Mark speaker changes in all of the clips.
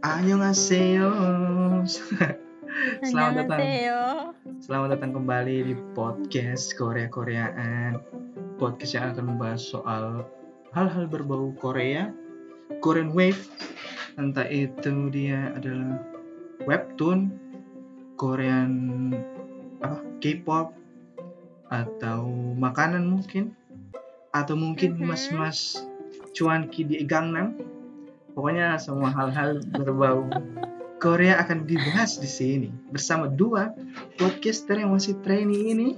Speaker 1: Annyeonghaseyo. Selamat datang.
Speaker 2: Annyeonghaseyo.
Speaker 1: Selamat datang kembali di podcast Korea-Koreaan. Podcast yang akan membahas soal hal-hal berbau Korea, Korean Wave, entah itu dia adalah webtoon, Korean apa K-pop atau makanan mungkin atau mungkin
Speaker 2: Mhm.
Speaker 1: mas-mas cuanki di Gangnam. Pokoknya semua hal-hal berbau Korea akan dibahas di sini bersama dua podcaster yang masih trainee ini.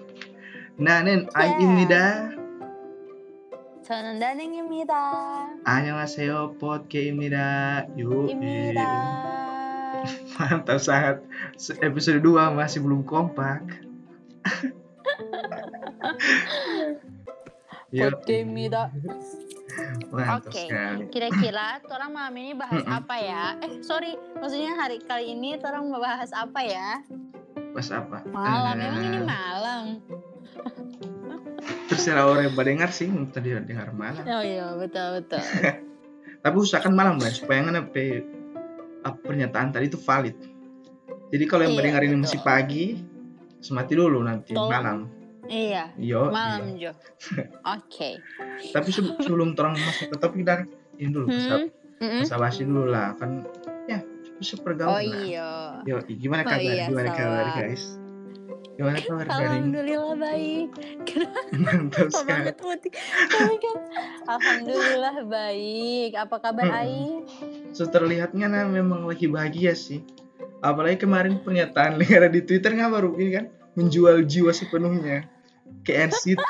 Speaker 1: Nah, Nanen
Speaker 2: Yeah.
Speaker 1: Aimnida,
Speaker 2: 저는 나능입니다.
Speaker 1: Annyeonghaseyo Podkeimnida. Yuk.
Speaker 2: 입니다.
Speaker 1: Mantap saat Se- episode 2 masih belum kompak. Yuk.
Speaker 2: Podkeimnida.
Speaker 1: Mantap
Speaker 2: Oke.
Speaker 1: sekali.
Speaker 2: Kira-kira orang malam ini bahas
Speaker 1: Mm-mm.
Speaker 2: apa ya? Eh, sorry. Maksudnya hari kali ini orang bahas apa ya?
Speaker 1: Pas apa?
Speaker 2: Malam. Emang ini
Speaker 1: Eh,
Speaker 2: malam?
Speaker 1: Terserah orang yang dengar sih, mau tadi dengar malam.
Speaker 2: Oh iya, betul-betul.
Speaker 1: Tapi usahakan malam, Mbak, supaya nggak apa ya, apa pernyataan tadi itu valid. Jadi kalau yang
Speaker 2: Iya,
Speaker 1: mendengar ini
Speaker 2: betul.
Speaker 1: masih pagi, semati dulu nanti
Speaker 2: Tolong.
Speaker 1: malam.
Speaker 2: iya,
Speaker 1: Yo.
Speaker 2: malam Jo. Oke.
Speaker 1: iya. Tapi se- sebelum terang masuk ke topik dan ini dulu,
Speaker 2: Hmm?
Speaker 1: hmm?
Speaker 2: Mm-mm.
Speaker 1: basi dulu lah kan ya cukup pergaulan.
Speaker 2: Oh iya.
Speaker 1: Yo, gimana
Speaker 2: Oh
Speaker 1: kabar?
Speaker 2: iya,
Speaker 1: gimana kabar,
Speaker 2: salam.
Speaker 1: guys? Gimana kabar, Garing?
Speaker 2: Alhamdulillah baik.
Speaker 1: Mantap
Speaker 2: Apa
Speaker 1: sekali.
Speaker 2: banget putih. Tapi kan alhamdulillah baik. Apa kabar
Speaker 1: Mm-mm.
Speaker 2: Ai?
Speaker 1: So, terlihatnya nah, memang lagi bahagia sih. Apalagi kemarin pernyataan Lera di Twitter nggak baru ini kan menjual jiwa sepenuhnya ke NCT.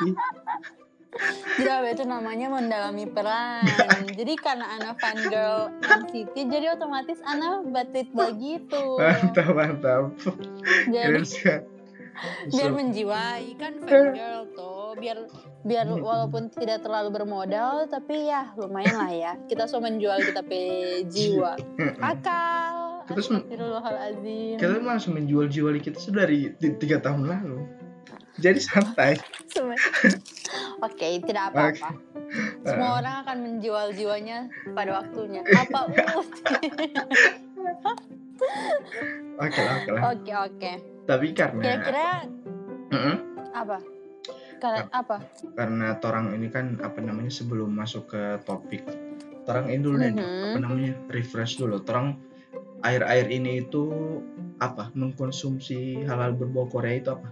Speaker 2: Jadi apa itu namanya mendalami peran. jadi karena Ana fan girl NCT, jadi otomatis Ana batit begitu.
Speaker 1: mantap, mantap. Keren
Speaker 2: Jadi
Speaker 1: sekali.
Speaker 2: biar
Speaker 1: So,
Speaker 2: menjiwai kan fan girl tuh, biar biar
Speaker 1: Hmm.
Speaker 2: walaupun tidak terlalu bermodal, tapi ya lumayan lah ya. Kita so menjual kita pe jiwa,
Speaker 1: mm-mm.
Speaker 2: akal.
Speaker 1: Kita sem-
Speaker 2: Astagfirullahaladzim.
Speaker 1: kita langsung menjual jiwa kita tuh dari t- tiga tahun lalu. Jadi santai.
Speaker 2: Sem- Oke, tidak apa-apa. Semua
Speaker 1: Ah.
Speaker 2: orang akan menjual jiwanya pada waktunya. Apa Ut?
Speaker 1: Oke lah, oke lah.
Speaker 2: Oke oke.
Speaker 1: Tapi karena
Speaker 2: Ya, Kira-kira
Speaker 1: Mm-mm.
Speaker 2: apa? Kalian apa?
Speaker 1: karena torang ini kan apa namanya sebelum masuk ke topik torang ini dulu deh
Speaker 2: Mhm.
Speaker 1: apa namanya refresh dulu torang air-air ini itu apa mengkonsumsi halal berbau Korea itu apa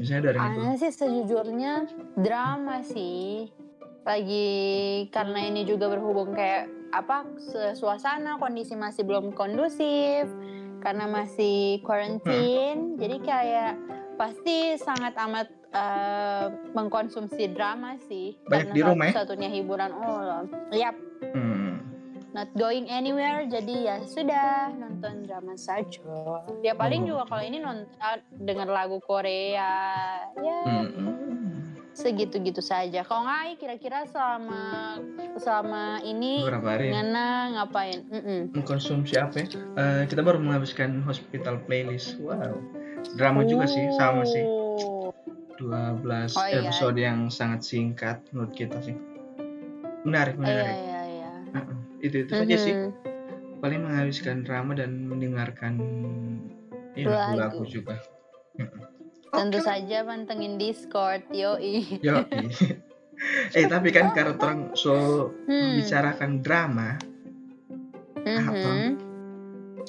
Speaker 1: misalnya dari itu
Speaker 2: Ana sih sejujurnya drama sih. Lagi karena ini juga berhubung kayak apa se- suasana kondisi masih belum kondusif karena masih
Speaker 1: Hmm.
Speaker 2: quarantine. Jadi kayak pasti sangat amat eh, mengkonsumsi drama sih.
Speaker 1: Banyak
Speaker 2: Karena
Speaker 1: di rumah ya?
Speaker 2: Satunya hiburan Oh, iya, Allah. Yap,
Speaker 1: Hmm,
Speaker 2: not going anywhere jadi ya sudah nonton drama saja ya paling
Speaker 1: Oh.
Speaker 2: juga kalau ini nonton dengar lagu Korea ya
Speaker 1: hmm, hmm.
Speaker 2: segitu-gitu saja kalau ngai kira-kira selama selama ini
Speaker 1: beberapa hari ya.
Speaker 2: Ngana ngapain Mm-mm.
Speaker 1: mengkonsumsi apa ya? Eh, kita baru menghabiskan hospital playlist wow drama juga sih sama sih
Speaker 2: Oh.
Speaker 1: 12
Speaker 2: Oh, iya.
Speaker 1: episode yang sangat singkat menurut kita sih menarik
Speaker 2: iya
Speaker 1: menarik
Speaker 2: iya iya
Speaker 1: Heeh. itu itu saja sih
Speaker 2: Mhm.
Speaker 1: paling menghabiskan drama dan mendengarkan ya,
Speaker 2: Lagu.
Speaker 1: lagu-lagu juga. Mm-mm.
Speaker 2: tentu
Speaker 1: Oke.
Speaker 2: saja pantengin Discord yoi
Speaker 1: Yoi. eh tapi kan karena orang so
Speaker 2: Hmm.
Speaker 1: membicarakan drama,
Speaker 2: Mhm.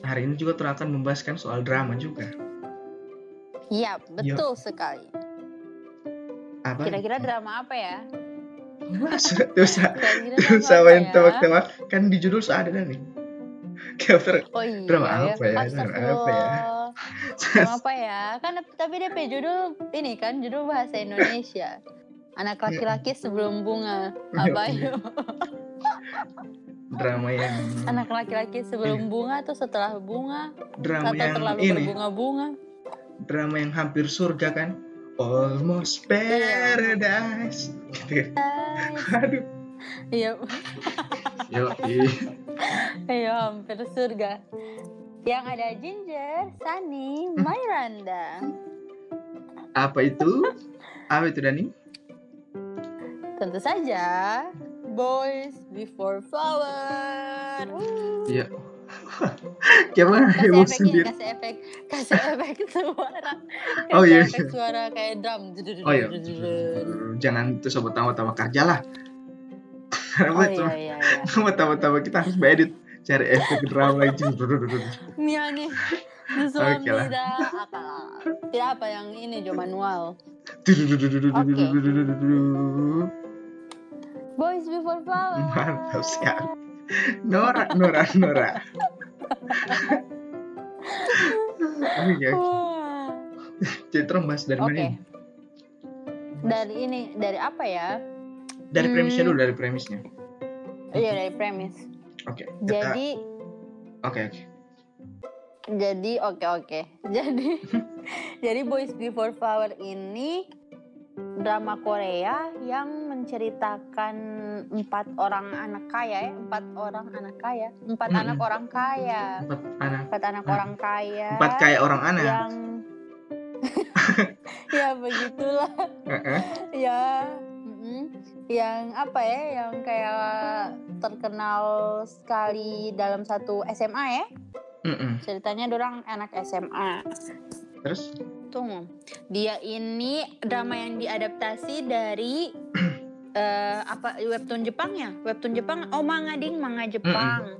Speaker 1: hari ini juga orang akan membahaskan soal drama juga. Iya.
Speaker 2: Yap, Iya, betul sekali
Speaker 1: Apa?
Speaker 2: kira-kira drama apa ya
Speaker 1: Sudah tidak usah,
Speaker 2: kira-kira
Speaker 1: tidak usah
Speaker 2: drama apa
Speaker 1: main
Speaker 2: ya?
Speaker 1: tebak-tebak. Kan di judul sudah ada dah nih. Kayak
Speaker 2: Oh iya,
Speaker 1: Drama apa ya? Drama apa ya?
Speaker 2: Astagfirullah. Drama apa ya? Kan tapi dia punya judul ini kan judul bahasa Indonesia. Anak
Speaker 1: Iya.
Speaker 2: laki-laki sebelum bunga. Apa ya? yuk?
Speaker 1: drama yang
Speaker 2: Anak laki-laki sebelum bunga atau setelah bunga
Speaker 1: drama
Speaker 2: atau
Speaker 1: yang
Speaker 2: terlalu
Speaker 1: ini
Speaker 2: berbunga-bunga.
Speaker 1: drama yang hampir surga kan almost
Speaker 2: Iya.
Speaker 1: paradise gitu aduh
Speaker 2: Iya,
Speaker 1: yo
Speaker 2: iya hampir surga. Yang ada Ginger, Sunny, Mayranda.
Speaker 1: apa itu apa itu Dani
Speaker 2: Tentu saja Boys Before Flower. Wuh.
Speaker 1: Iya. Gimana
Speaker 2: kasih
Speaker 1: heboh
Speaker 2: efeknya
Speaker 1: sendiri?
Speaker 2: kasih efek kasih efek suara
Speaker 1: Oh, iya,
Speaker 2: Kasih
Speaker 1: iya.
Speaker 2: efek suara kayak drum
Speaker 1: Oh iya. Jangan itu sobat tawa-tawa kerja lah.
Speaker 2: oh
Speaker 1: Karena
Speaker 2: iya iya iya
Speaker 1: sobat tawa-tawa kita harus edit cari efek drama lagi.
Speaker 2: Mia nih
Speaker 1: Oke
Speaker 2: Suami
Speaker 1: lah.
Speaker 2: dah apa tidak apa yang ini jo manual Boys Before Flowers
Speaker 1: Mantap sekali. Nora, Nora, Nora. Oke,
Speaker 2: Wah.
Speaker 1: ya, Citra bahas dari
Speaker 2: Oke
Speaker 1: mana ini?
Speaker 2: dari ini dari apa ya
Speaker 1: Dari premisnya
Speaker 2: Hmm.
Speaker 1: dulu, dari premisnya.
Speaker 2: iya dari premis
Speaker 1: Oke. kita-
Speaker 2: jadi
Speaker 1: Oke, oke.
Speaker 2: Jadi oke oke. Jadi jadi Boys Before Flower ini drama Korea yang menceritakan empat orang anak kaya ya, empat orang anak kaya, empat
Speaker 1: Mm-mm.
Speaker 2: anak orang kaya,
Speaker 1: Empat anak.
Speaker 2: empat anak
Speaker 1: Hmm. Ah.
Speaker 2: orang kaya.
Speaker 1: Empat kayak orang anak.
Speaker 2: yang ya begitulah
Speaker 1: Heeh.
Speaker 2: ya mm-mm. yang apa ya yang kayak terkenal sekali dalam satu SMA ya
Speaker 1: Mm-mm.
Speaker 2: ceritanya dorang anak SMA
Speaker 1: Terus?
Speaker 2: Tunggu, dia ini drama yang diadaptasi dari eh, apa webtoon Jepang ya? Webtoon Jepang, oh manga ding, manga Jepang.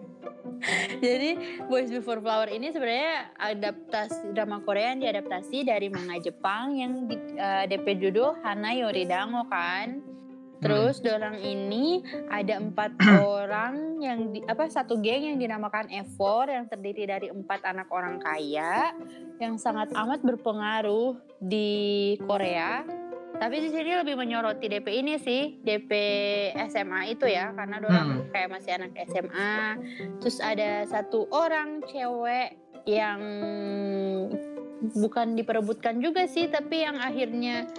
Speaker 2: Jadi Boys Before Flower ini sebenarnya adaptasi drama Korea yang diadaptasi dari manga Jepang yang di, eh, DP judul Hana Yoridango kan. Terus dorang ini ada empat orang yang di, apa satu geng yang dinamakan F4 yang terdiri dari empat anak orang kaya yang sangat amat berpengaruh di Korea. Tapi di sini lebih menyoroti DP ini sih, DP SMA itu ya, karena dorang kayak masih anak SMA. Terus ada satu orang cewek yang bukan diperebutkan juga sih, tapi yang akhirnya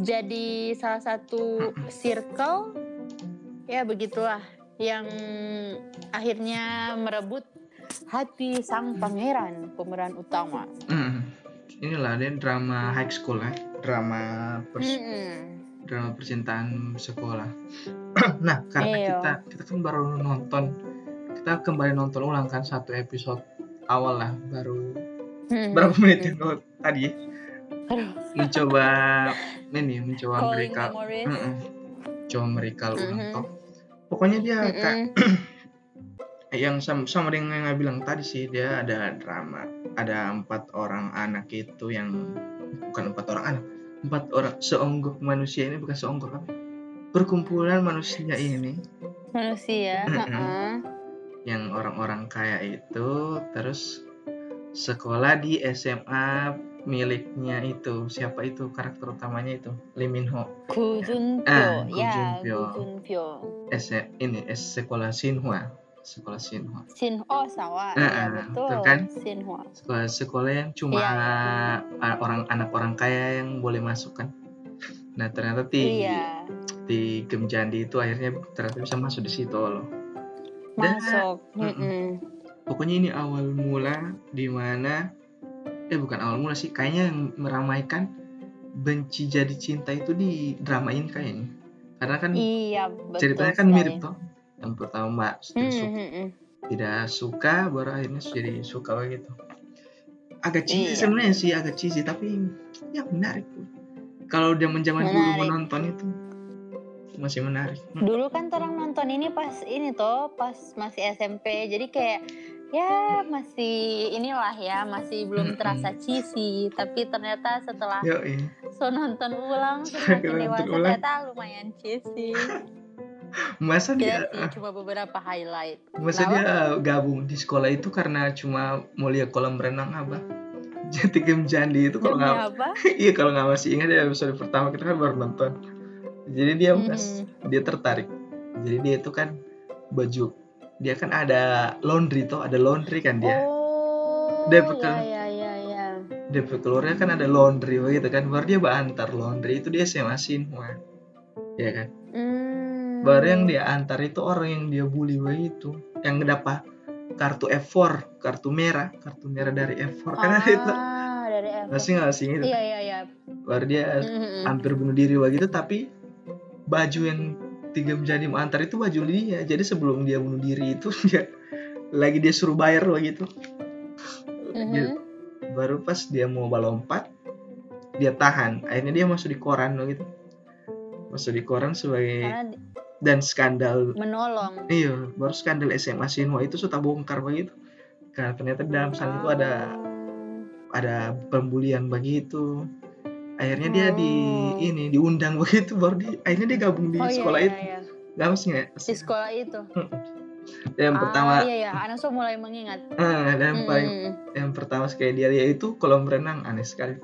Speaker 2: jadi salah satu circle ya begitulah yang akhirnya merebut hati sang pangeran pemeran utama.
Speaker 1: Mm-mm. Inilah dia drama high school ya, drama pers-
Speaker 2: Mm-mm.
Speaker 1: drama percintaan sekolah. nah, karena
Speaker 2: Iya.
Speaker 1: kita kita kan baru nonton, kita kembali nonton ulang kan satu episode awal lah baru
Speaker 2: Hmm.
Speaker 1: berapa menit yang lo- tadi
Speaker 2: Aduh.
Speaker 1: mencoba ini mencoba
Speaker 2: Calling
Speaker 1: mereka
Speaker 2: memories.
Speaker 1: Mm-mm. coba mereka ulang
Speaker 2: Mhm.
Speaker 1: toh. pokoknya dia kayak
Speaker 2: Mm-mm.
Speaker 1: yang sama, sama dengan yang bilang tadi sih dia ada drama ada empat orang anak itu yang bukan empat orang anak empat orang seonggok manusia ini bukan seonggok apa perkumpulan manusia ini
Speaker 2: Manusia.
Speaker 1: Mm-mm.
Speaker 2: ha-ha.
Speaker 1: yang orang-orang kaya itu terus sekolah di SMA miliknya itu siapa itu karakter utamanya itu Lee Min Ho
Speaker 2: Ku Jun Pyo.
Speaker 1: Ah, Ku
Speaker 2: ya,
Speaker 1: Jun Pyo.
Speaker 2: Ku Jun Pyo.
Speaker 1: S ini S sekolah Sinhua sekolah Sinhua
Speaker 2: Sin Oh
Speaker 1: Ah,
Speaker 2: Sawa. ya
Speaker 1: ah,
Speaker 2: betul.
Speaker 1: betul kan?
Speaker 2: Sinhwa.
Speaker 1: sekolah sekolah yang cuma
Speaker 2: Iya, iya.
Speaker 1: a- orang anak orang kaya yang boleh masuk kan nah ternyata di
Speaker 2: Iya.
Speaker 1: di Gemjandi itu akhirnya ternyata bisa masuk di situ loh
Speaker 2: Masuk.
Speaker 1: Mm-mm.
Speaker 2: Mm-mm.
Speaker 1: pokoknya ini awal mula dimana eh bukan awal mula sih kayaknya yang meramaikan benci jadi cinta itu di drama ini kayaknya karena kan
Speaker 2: Iya, betul.
Speaker 1: ceritanya kan
Speaker 2: sekali.
Speaker 1: mirip toh yang pertama mbak
Speaker 2: Mm,
Speaker 1: tidak su-
Speaker 2: mm, mm.
Speaker 1: tidak suka baru akhirnya jadi suka begitu agak cheesy
Speaker 2: Iya.
Speaker 1: sebenarnya sih agak cheesy tapi ya menarik kalau zaman zaman dulu
Speaker 2: Menarik.
Speaker 1: menonton itu masih menarik Hmm,
Speaker 2: Dulu kan orang nonton ini pas ini toh, pas masih SMP. Jadi kayak ya masih inilah ya, masih belum
Speaker 1: Mm-mm.
Speaker 2: terasa cheesy, tapi ternyata setelah
Speaker 1: yoi.
Speaker 2: so nonton ulang
Speaker 1: Setelah
Speaker 2: semakin
Speaker 1: nonton
Speaker 2: dewasa
Speaker 1: ulang. Iya.
Speaker 2: ternyata lumayan cheesy
Speaker 1: masa dia
Speaker 2: tidak sih cuma beberapa highlight
Speaker 1: Masa
Speaker 2: Kenapa?
Speaker 1: dia gabung di sekolah itu karena cuma mau lihat kolam renang apa? Jadi game jandi itu kalau
Speaker 2: Demi
Speaker 1: nggak
Speaker 2: apa
Speaker 1: iya kalau nggak masih ingat ya episode pertama kita kan baru nonton. Jadi dia pas-
Speaker 2: Mm-mm.
Speaker 1: dia tertarik. Jadi dia itu kan baju dia kan ada laundry toh ada laundry kan dia.
Speaker 2: oh
Speaker 1: Dia
Speaker 2: ya
Speaker 1: bekal-
Speaker 2: ya ya ya
Speaker 1: Dia keluarnya kan ada laundry begitu kan. Baru dia antar laundry itu dia SMA Sinhua. Ya kan.
Speaker 2: Hmm.
Speaker 1: Baru yang dia antar itu orang yang dia bully begitu. Yang dapat kartu F4, kartu merah, kartu merah dari F4 karena itu
Speaker 2: ah dari F
Speaker 1: masih nggak sih itu.
Speaker 2: iya iya hmm, iya
Speaker 1: Baru dia
Speaker 2: Mm-mm.
Speaker 1: hampir bunuh diri begitu tapi baju yang tiga menjadi antar itu baju dia. Jadi sebelum dia bunuh diri itu dia lagi dia suruh bayar loh gitu
Speaker 2: Mhm.
Speaker 1: baru pas dia mau lompat dia tahan akhirnya dia masuk di koran loh gitu masuk di koran sebagai
Speaker 2: Karena di-
Speaker 1: dan skandal
Speaker 2: menolong.
Speaker 1: Iya, baru skandal SMA Sinwa itu sudah bongkar begitu. Karena ternyata di dalam sana itu ada
Speaker 2: Oh.
Speaker 1: ada pembulian begitu. Akhirnya dia di
Speaker 2: Oh.
Speaker 1: ini diundang begitu baru di akhirnya dia gabung di
Speaker 2: Oh, iya,
Speaker 1: sekolah
Speaker 2: iya,
Speaker 1: itu.
Speaker 2: iya.
Speaker 1: Gak maksudnya.
Speaker 2: Di sekolah itu.
Speaker 1: Yang pertama
Speaker 2: Ah, iya, Hmm. iya. Anak so mulai mengingat.
Speaker 1: eh, dan yang paling
Speaker 2: Mm-mm.
Speaker 1: yang pertama sekali dia lihat itu kolam renang aneh sekali.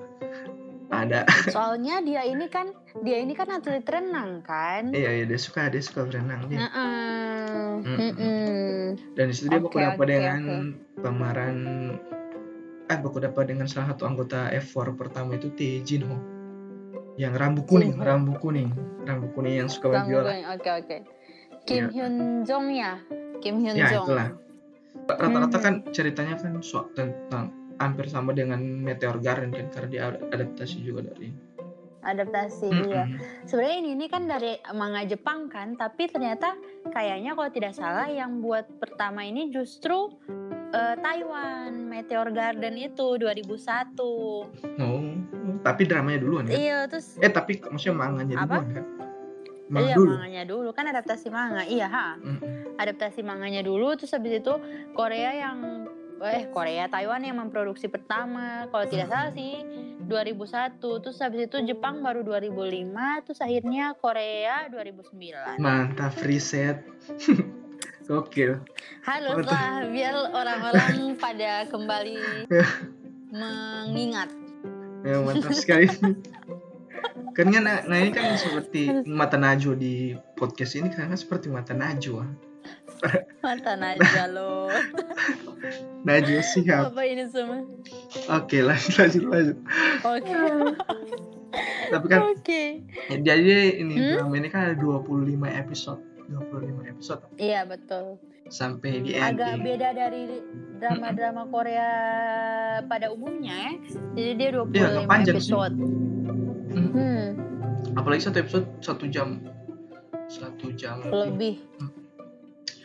Speaker 1: Ada
Speaker 2: Hmm. Soalnya dia ini kan dia ini kan atlet renang kan.
Speaker 1: iya iya dia suka dia suka berenang dia.
Speaker 2: Nah, eh,
Speaker 1: Mm-mm.
Speaker 2: mm-mm.
Speaker 1: Dan di situ dia
Speaker 2: Oke,
Speaker 1: baku dapat
Speaker 2: oke,
Speaker 1: dengan pemeran eh baku dapat dengan salah satu anggota F4 pertama itu Tae Jinho. Yang rambut kuning,
Speaker 2: Jinho.
Speaker 1: rambut kuning, rambut kuning yang suka
Speaker 2: Bang
Speaker 1: biola.
Speaker 2: Gun, Oke oke.
Speaker 1: Iya.
Speaker 2: Kim Hyun Jong ya. Kim Hyun
Speaker 1: Ya,
Speaker 2: Jong.
Speaker 1: itulah. Rata-rata kan ceritanya kan so, tentang hampir sama dengan Meteor Garden kan karena dia adaptasi juga dari.
Speaker 2: Adaptasi iya. Sebenarnya ini, ini kan dari manga Jepang kan, tapi ternyata kayaknya kalau tidak salah yang buat pertama ini justru eh, Taiwan Meteor Garden itu 2001.
Speaker 1: Mm-mm. Oh, tapi dramanya duluan kan.
Speaker 2: Iya, terus
Speaker 1: Eh tapi maksudnya manganya
Speaker 2: Apa?
Speaker 1: duluan kan. Manga
Speaker 2: iya
Speaker 1: dulu.
Speaker 2: manganya dulu kan adaptasi manga. Iya, ha.
Speaker 1: Mm-mm.
Speaker 2: adaptasi manganya dulu terus habis itu Korea yang eh Korea Taiwan yang memproduksi pertama kalau tidak salah sih 2001 terus habis itu Jepang baru 2005 terus akhirnya Korea 2009
Speaker 1: Mantap reset. Gokil.
Speaker 2: haruslah biar orang-orang pada kembali mengingat
Speaker 1: Ya, mantap sekali. kan kan, nah, nah ini kan seperti mata Najwa di podcast ini karena seperti mata Najwa.
Speaker 2: mata Najwa lo
Speaker 1: Najwa siap.
Speaker 2: apa ini semua
Speaker 1: Oke, lanjut lanjut lanjut.
Speaker 2: oke
Speaker 1: Tapi kan
Speaker 2: oke
Speaker 1: jadi ini
Speaker 2: Hmm?
Speaker 1: drama ini kan ada 25 episode. 25 episode
Speaker 2: iya betul
Speaker 1: sampai di
Speaker 2: agak
Speaker 1: ending.
Speaker 2: beda dari drama-drama Korea pada umumnya ya. Jadi dia 25
Speaker 1: Iya, agak panjang sih.
Speaker 2: episode.
Speaker 1: Mm.
Speaker 2: Hmm,
Speaker 1: Apalagi satu episode satu jam satu jam lebih.
Speaker 2: lebih.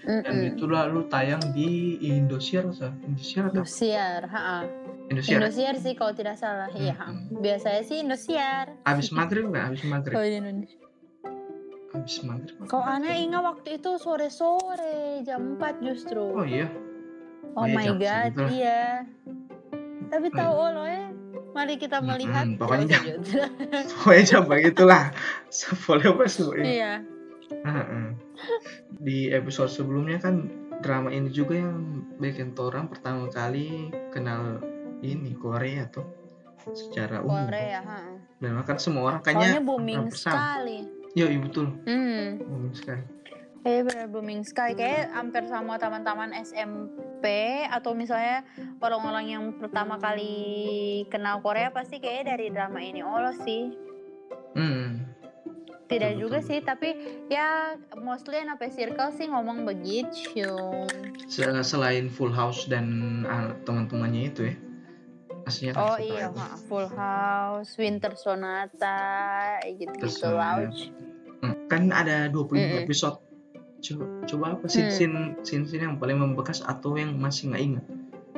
Speaker 2: hmm.
Speaker 1: Dan
Speaker 2: Mm-mm.
Speaker 1: itu lalu tayang di Indosiar, Sa. Indosiar atau
Speaker 2: Indosiar, ha-ha.
Speaker 1: Indosiar. Hmm.
Speaker 2: Indosiar sih kalau tidak salah, iya. ha.
Speaker 1: Mm-mm.
Speaker 2: Biasanya sih Indosiar.
Speaker 1: Abis maghrib nggak? Abis maghrib.
Speaker 2: Kalau di Indonesia.
Speaker 1: Abis maghrib.
Speaker 2: Kalau Ana ingat waktu itu sore-sore jam 4 justru.
Speaker 1: Oh iya.
Speaker 2: Oh
Speaker 1: iya,
Speaker 2: my
Speaker 1: jam
Speaker 2: god,
Speaker 1: segitu.
Speaker 2: iya. Tapi
Speaker 1: Hmm.
Speaker 2: tahu Allah ya. Mari kita
Speaker 1: Mm-mm,
Speaker 2: melihat. Ya,
Speaker 1: pokoknya
Speaker 2: udah,
Speaker 1: jam-
Speaker 2: lanjut.
Speaker 1: Pokoknya coba Oh iya, gitulah. Seboleh apa seboleh.
Speaker 2: Iya.
Speaker 1: Heeh. Di episode sebelumnya kan drama ini juga yang bikin orang pertama kali kenal ini Korea tuh secara umum.
Speaker 2: Korea, ha-ha.
Speaker 1: Memang kan semua orang
Speaker 2: Soalnya
Speaker 1: kayaknya
Speaker 2: booming
Speaker 1: hampir sama.
Speaker 2: sekali.
Speaker 1: Iya, iya, betul.
Speaker 2: Hmm.
Speaker 1: Booming sekali.
Speaker 2: Kayaknya benar booming sekali. Kayaknya hampir sama teman-teman SMP atau misalnya orang-orang yang pertama kali kenal Korea pasti kayaknya dari drama ini. Oh sih.
Speaker 1: Hmm.
Speaker 2: Tidak
Speaker 1: Betul,
Speaker 2: juga
Speaker 1: betul.
Speaker 2: sih, tapi ya mostly anak circle sih ngomong begitu.
Speaker 1: Se- Selain Full House dan ah, teman-temannya itu ya. Aslinya kan
Speaker 2: Oh
Speaker 1: setelah
Speaker 2: iya,
Speaker 1: itu.
Speaker 2: maaf. Full House, Winter Sonata, gitu-gitu
Speaker 1: Sonata.
Speaker 2: Lounge.
Speaker 1: Hmm. Kan ada 25
Speaker 2: Mm-mm.
Speaker 1: episode. Co- Coba, apa sih
Speaker 2: Hmm.
Speaker 1: scene, scene-scene yang paling membekas atau yang masih nggak ingat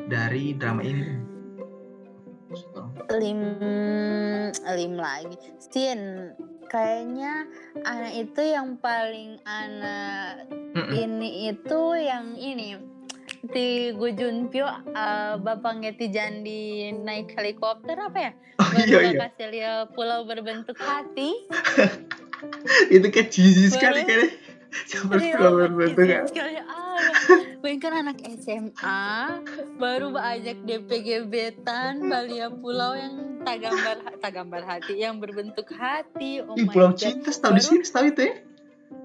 Speaker 1: dari drama ini?
Speaker 2: lim lim lagi sin kayaknya anak itu yang paling anak
Speaker 1: Mm-mm.
Speaker 2: ini itu yang ini di Gujun Pyo eh, bapak ngeti jandi naik helikopter apa ya
Speaker 1: Oh
Speaker 2: baru
Speaker 1: iya iya,
Speaker 2: kasih lihat pulau berbentuk hati
Speaker 1: itu kayak cheesy sekali
Speaker 2: Baru-
Speaker 1: kayaknya. Sampai
Speaker 2: Iya,
Speaker 1: flower bentuk
Speaker 2: izin sekali. Ah, Gue kan anak SMA baru ajak DPGB-tan Balia Pulau yang tak gambar tak gambar hati yang berbentuk hati. Oh
Speaker 1: Ih,
Speaker 2: my
Speaker 1: Pulau
Speaker 2: God.
Speaker 1: Cinta tahu di
Speaker 2: Baru-
Speaker 1: sini tahu itu ya?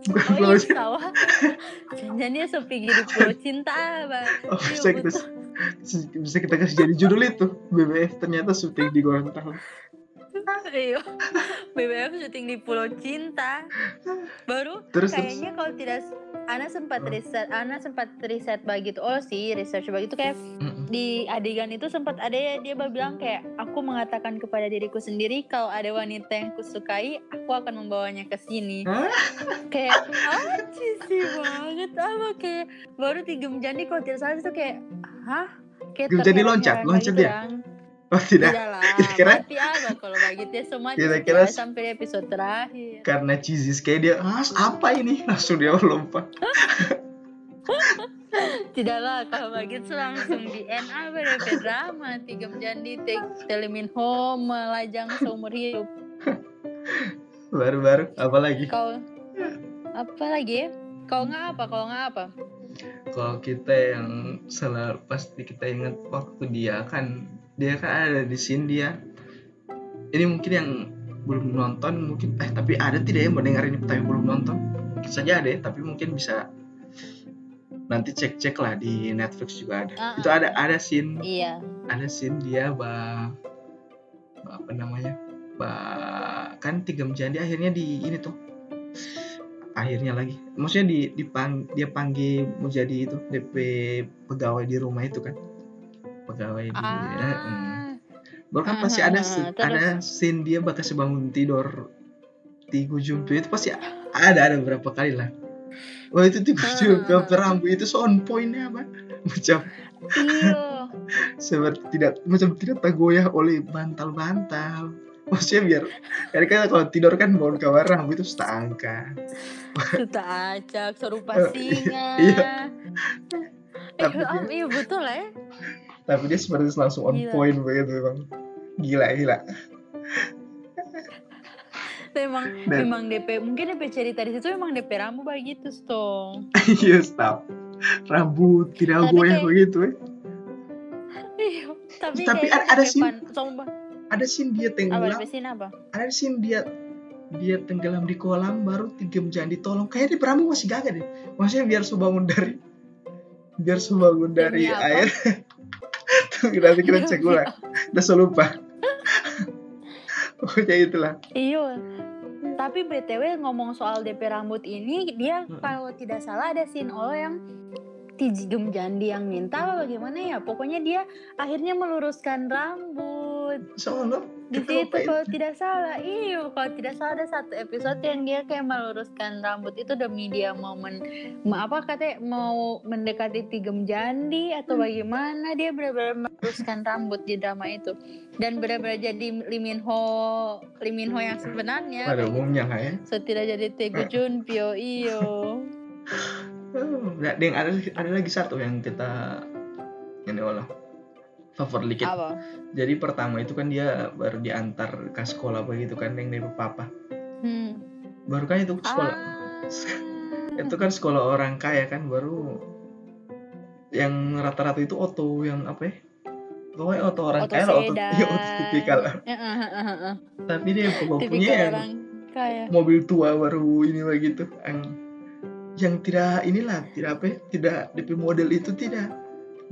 Speaker 1: Bukan
Speaker 2: Oh
Speaker 1: Pulau
Speaker 2: iya,
Speaker 1: Cinta.
Speaker 2: tahu. Jangan dia sepi gini Pulau Cinta, Bang.
Speaker 1: Oh,
Speaker 2: Iya,
Speaker 1: bisa kita,
Speaker 2: betul.
Speaker 1: bisa kita kasih jadi judul itu. BBF ternyata syuting di Gorontalo.
Speaker 2: Iya. BBM syuting di Pulau Cinta. Baru
Speaker 1: Terus terus.
Speaker 2: kayaknya kalau tidak Ana sempat
Speaker 1: Hmm.
Speaker 2: riset, Ana sempat riset begitu oh sih, research begitu kayak
Speaker 1: Mm-mm.
Speaker 2: di adegan itu sempat ada ya dia bilang kayak aku mengatakan kepada diriku sendiri kalau ada wanita yang kusukai aku akan membawanya ke sini
Speaker 1: Hah?
Speaker 2: kayak anjir sih banget apa kayak baru tiga jam nih kalau tidak salah itu kayak hah kayak
Speaker 1: Gem jadi loncat,
Speaker 2: terheran-heran
Speaker 1: loncat
Speaker 2: gitu
Speaker 1: dia?
Speaker 2: kan.
Speaker 1: Oh tidak,
Speaker 2: Tidak lah,
Speaker 1: Kira-kira?
Speaker 2: mati apa kalau begitu semua
Speaker 1: Kira-kira
Speaker 2: tidak sampai episode terakhir.
Speaker 1: karena cheesy kayak dia, "Ah, apa ini? Langsung dia lompat.
Speaker 2: Tidak lah, kalau begitu langsung di end apa deh, ke drama tiga jandi telemin home melajang seumur hidup.
Speaker 1: Baru-baru, apalagi?
Speaker 2: Kau Hmm. apa lagi? ya? Kau nggak apa? Kau nggak apa?
Speaker 1: Kalau kita yang selalu pasti kita ingat waktu dia kan, dia kan ada di sini dia. Ini mungkin yang belum nonton mungkin eh tapi ada tidak yang mendengar ini tapi belum nonton mungkin saja ada ya, tapi mungkin bisa nanti cek cek lah di Netflix juga ada
Speaker 2: Ah,
Speaker 1: itu
Speaker 2: ah.
Speaker 1: ada ada scene
Speaker 2: Iya.
Speaker 1: ada scene dia bah, bah- apa namanya bah, kan tiga menjadi akhirnya di ini tuh akhirnya lagi maksudnya di dipang dia panggil mau jadi itu DP pegawai di rumah itu kan pegawai di ya, mm.
Speaker 2: Ah,
Speaker 1: baru kan
Speaker 2: ah,
Speaker 1: pasti
Speaker 2: ah,
Speaker 1: ada
Speaker 2: ah,
Speaker 1: se-
Speaker 2: terus?
Speaker 1: ada scene dia bakal bangun tidur di gujung itu pasti ada ada berapa kali lah Wah itu tiga
Speaker 2: Ah,
Speaker 1: jam
Speaker 2: ah, ah.
Speaker 1: rambu itu so on pointnya apa macam
Speaker 2: iyo.
Speaker 1: seperti tidak macam tidak tergoyah oleh bantal-bantal maksudnya biar karena kan kalau tidur kan bangun kamar rambut itu tak angka
Speaker 2: Kita acak serupa
Speaker 1: Eh,
Speaker 2: singa.
Speaker 1: iya.
Speaker 2: Eh,
Speaker 1: Tapi
Speaker 2: om, iya betul lah ya.
Speaker 1: tapi dia seperti langsung on
Speaker 2: Gila.
Speaker 1: point begitu bang gila gila
Speaker 2: Memang
Speaker 1: Dan-
Speaker 2: memang DP mungkin DP cerita di situ memang DP rambu begitu gitu, stong.
Speaker 1: iya stop rambut tidak
Speaker 2: Tapi
Speaker 1: goyah
Speaker 2: kayak-
Speaker 1: begitu eh.
Speaker 2: Iyo. Iya, Tapi, Iya.
Speaker 1: Tapi
Speaker 2: kayak
Speaker 1: ada- ada
Speaker 2: kayak
Speaker 1: sih-
Speaker 2: pan- Sumpah.
Speaker 1: ada scene dia
Speaker 2: Apa
Speaker 1: tenggelam
Speaker 2: DP sini apa?
Speaker 1: ada scene dia dia tenggelam di kolam baru tiga jam ditolong kayaknya di peramu masih gagal deh maksudnya biar subangun dari biar subangun dari
Speaker 2: Demi apa?
Speaker 1: air Tunggu, nanti kita cek
Speaker 2: Demi
Speaker 1: ulang udah so lupa pokoknya itulah
Speaker 2: Iya. Tapi BTW ngomong soal DP rambut ini, dia
Speaker 1: Mm-mm.
Speaker 2: kalau tidak salah ada scene Olo yang Tijigem Jandi yang minta apa bagaimana ya? Pokoknya dia akhirnya meluruskan rambut.
Speaker 1: soalnya
Speaker 2: Di
Speaker 1: Itu
Speaker 2: situ
Speaker 1: apa itu?
Speaker 2: kalau tidak salah, iyo kalau tidak salah ada satu episode yang dia kayak meluruskan rambut itu demi dia mau men, ma- apa katanya mau mendekati Tigem Jandi atau
Speaker 1: Hmm.
Speaker 2: bagaimana dia benar-benar meluruskan rambut di drama itu dan benar-benar jadi Liminho Liminho yang sebenarnya.
Speaker 1: pada
Speaker 2: kayak gitu.
Speaker 1: umumnya lah ya
Speaker 2: So tidak jadi Tego Junpyo iyo.
Speaker 1: Hmm, nah, Deng, ada ada lagi satu yang kita ini olah favor dikit
Speaker 2: Apa?
Speaker 1: jadi pertama itu kan dia baru diantar ke sekolah begitu kan Deng dari papa
Speaker 2: Hmm.
Speaker 1: baru kan itu
Speaker 2: Ah.
Speaker 1: sekolah itu kan sekolah orang kaya kan baru yang rata-rata itu oto yang apa ya pokoknya oto orang
Speaker 2: Oto
Speaker 1: kaya lah, oto,
Speaker 2: Ah, sedan.
Speaker 1: iya, oto tipikal
Speaker 2: Eh, eh, eh, eh, eh.
Speaker 1: tapi dia pokoknya
Speaker 2: Tipikal
Speaker 1: yang
Speaker 2: orang kaya.
Speaker 1: mobil tua baru ini begitu yang yang tidak inilah tidak apa ya, tidak DP model itu tidak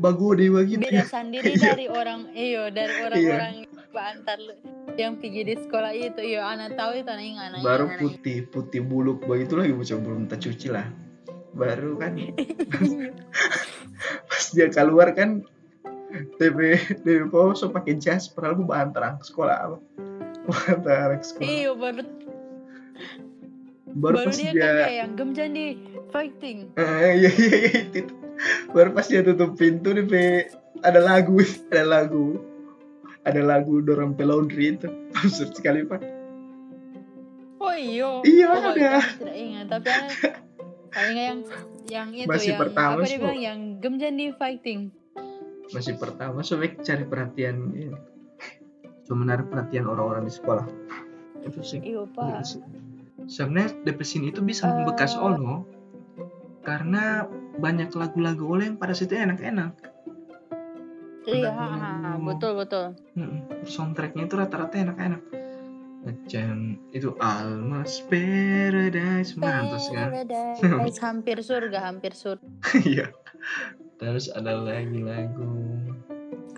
Speaker 1: bagus deh begitu
Speaker 2: Beda sendiri
Speaker 1: Iya.
Speaker 2: dari orang iyo dari orang-orang antar yang pergi di sekolah itu iyo anak tahu itu anak ingat anak ingat,
Speaker 1: baru
Speaker 2: anak ingat.
Speaker 1: putih putih buluk begitu lagi macam belum tercuci lah baru kan pas dia keluar kan DP DP Poso pakai jas padahal gue bahan terang ke sekolah apa bahan terang ke sekolah
Speaker 2: Iyo baru
Speaker 1: baru, iya.
Speaker 2: baru,
Speaker 1: pas
Speaker 2: dia,
Speaker 1: dia,
Speaker 2: kan kayak yang gemjan di fighting.
Speaker 1: Eh, iya iya iya itu. baru pas dia tutup pintu DP ada lagu ada lagu ada lagu dorong Pe laundry itu absurd sekali pak
Speaker 2: Oh iyo.
Speaker 1: Iya,
Speaker 2: Oh,
Speaker 1: ada.
Speaker 2: itu aku Tidak ingat tapi ada- ada ingat yang yang itu
Speaker 1: Masih
Speaker 2: yang
Speaker 1: pertama
Speaker 2: apa dia
Speaker 1: semua.
Speaker 2: bilang yang gemjan di fighting.
Speaker 1: masih pertama sobek cari perhatian ini cuma menarik perhatian orang-orang di sekolah itu Iya sih
Speaker 2: Iyo pak.
Speaker 1: Se- Sebenarnya depresin itu bisa membekas
Speaker 2: Eh.
Speaker 1: Ono karena banyak lagu-lagu oleh yang pada situ enak-enak. Benar,
Speaker 2: Iya,
Speaker 1: benar, benar.
Speaker 2: betul betul.
Speaker 1: Mm-mm. Soundtracknya itu rata-rata enak-enak. Macam itu Almas Paradise mantas kan?
Speaker 2: Paradise, hampir surga, hampir surga.
Speaker 1: Iya. Terus ada lagi lagu.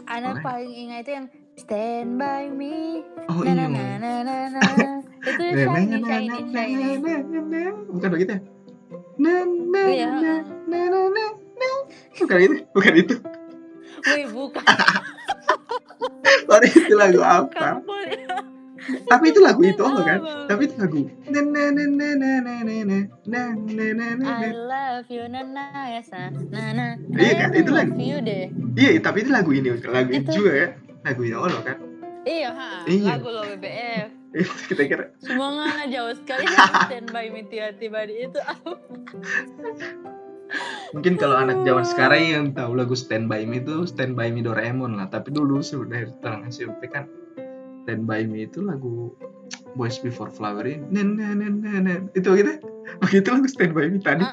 Speaker 2: Anak
Speaker 1: Boleh.
Speaker 2: paling ingat itu yang Stand by me.
Speaker 1: Oh
Speaker 2: na
Speaker 1: iya.
Speaker 2: na na na na na. Itu
Speaker 1: Nah, nah, nah,
Speaker 2: shiny
Speaker 1: nah,
Speaker 2: shiny
Speaker 1: nah,
Speaker 2: shiny.
Speaker 1: nah, nah, nah. Bukan begitu ya? na na
Speaker 2: Oh, iya.
Speaker 1: na na na na na. bukan itu bukan itu
Speaker 2: Wih, bukan.
Speaker 1: sorry itu lagu apa
Speaker 2: Kampun.
Speaker 1: tapi itu lagu
Speaker 2: Iya,
Speaker 1: itu Allah kan
Speaker 2: Apa?
Speaker 1: tapi itu lagu na na na na na na na na na na na na na
Speaker 2: I love you ya, Nana Esa Nana
Speaker 1: Iya kan,
Speaker 2: I
Speaker 1: itu lagu.
Speaker 2: love you deh
Speaker 1: iya tapi itu lagu ini bukan lagu itu
Speaker 2: Itu.
Speaker 1: juga ya lagu ini Allah kan
Speaker 2: Iya ha
Speaker 1: Iya.
Speaker 2: Lagu lo BBF
Speaker 1: itu kita kira
Speaker 2: Semua ngana jauh sekali sama Stand by me tiba-tiba di itu Ah,
Speaker 1: mungkin kalau anak zaman sekarang yang tahu lagu Stand by Me itu Stand by Me Doraemon lah tapi dulu sebenarnya terang SMP kan Stand by Me itu lagu Boys Before Flower ini na na na na na. itu gitu begitu lagu Stand by Me tadi